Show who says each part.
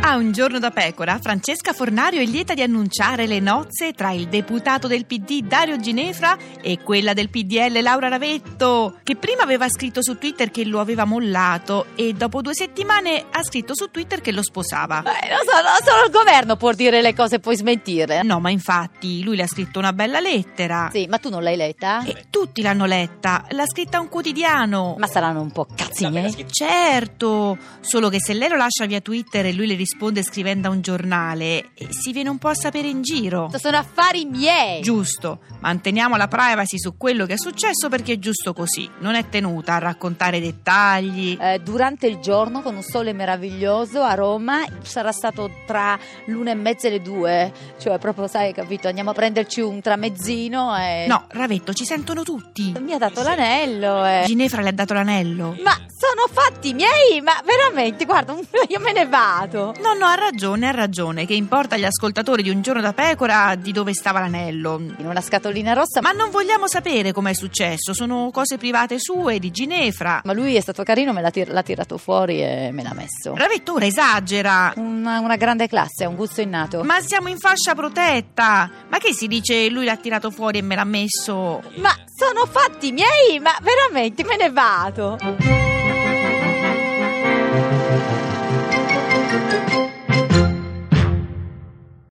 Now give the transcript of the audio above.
Speaker 1: A un giorno da pecora, Francesca Fornario è lieta di annunciare le nozze tra il deputato del PD Dario Ginefra e quella del PDL Laura Ravetto, che prima aveva scritto su Twitter che lo aveva mollato e dopo due settimane ha scritto su Twitter che lo sposava.
Speaker 2: Eh, non so, no, solo il governo può dire le cose e poi smentirle.
Speaker 1: No, ma infatti lui le ha scritto una bella lettera.
Speaker 2: Sì, ma tu non l'hai letta?
Speaker 1: E tutti l'hanno letta, l'ha scritta un quotidiano.
Speaker 2: Ma saranno un po' cazzi miei?
Speaker 1: Certo, solo che se lei lo lascia via Twitter e lui le risponde scrivendo a un giornale, eh, si viene un po' a sapere in giro.
Speaker 2: Sono affari miei.
Speaker 1: Giusto, manteniamo la privacy su quello che è successo perché è giusto così, non è tenuta a raccontare dettagli.
Speaker 2: Eh, durante il giorno, con un sole meraviglioso a Roma, sarà stato tra l'una e mezza e le due. Cioè, proprio, sai, capito? Andiamo a prenderci un tramezzino e.
Speaker 1: No, Ravetto, ci sentono tutti.
Speaker 2: Mi ha dato l'anello e.
Speaker 1: Ginefra le ha dato l'anello.
Speaker 2: Ma sono fatti miei, ma veramente, guarda, io me ne vado.
Speaker 1: No, no, ha ragione, ha ragione, che importa agli ascoltatori di Un giorno da pecora di dove stava l'anello.
Speaker 2: In una scatolina rossa, ma,
Speaker 1: Ma non vogliamo sapere com'è successo, sono cose private sue, di Ginefra.
Speaker 2: ma lui è stato carino, me l'ha, tir- l'ha tirato fuori e me l'ha messo.
Speaker 1: Ravetto ora esagera.
Speaker 2: Una, una grande classe, un gusto innato.
Speaker 1: Ma siamo in fascia protetta. Ma che si dice lui l'ha tirato fuori e me l'ha messo?
Speaker 2: ma sono fatti miei, ma veramente, me ne vado.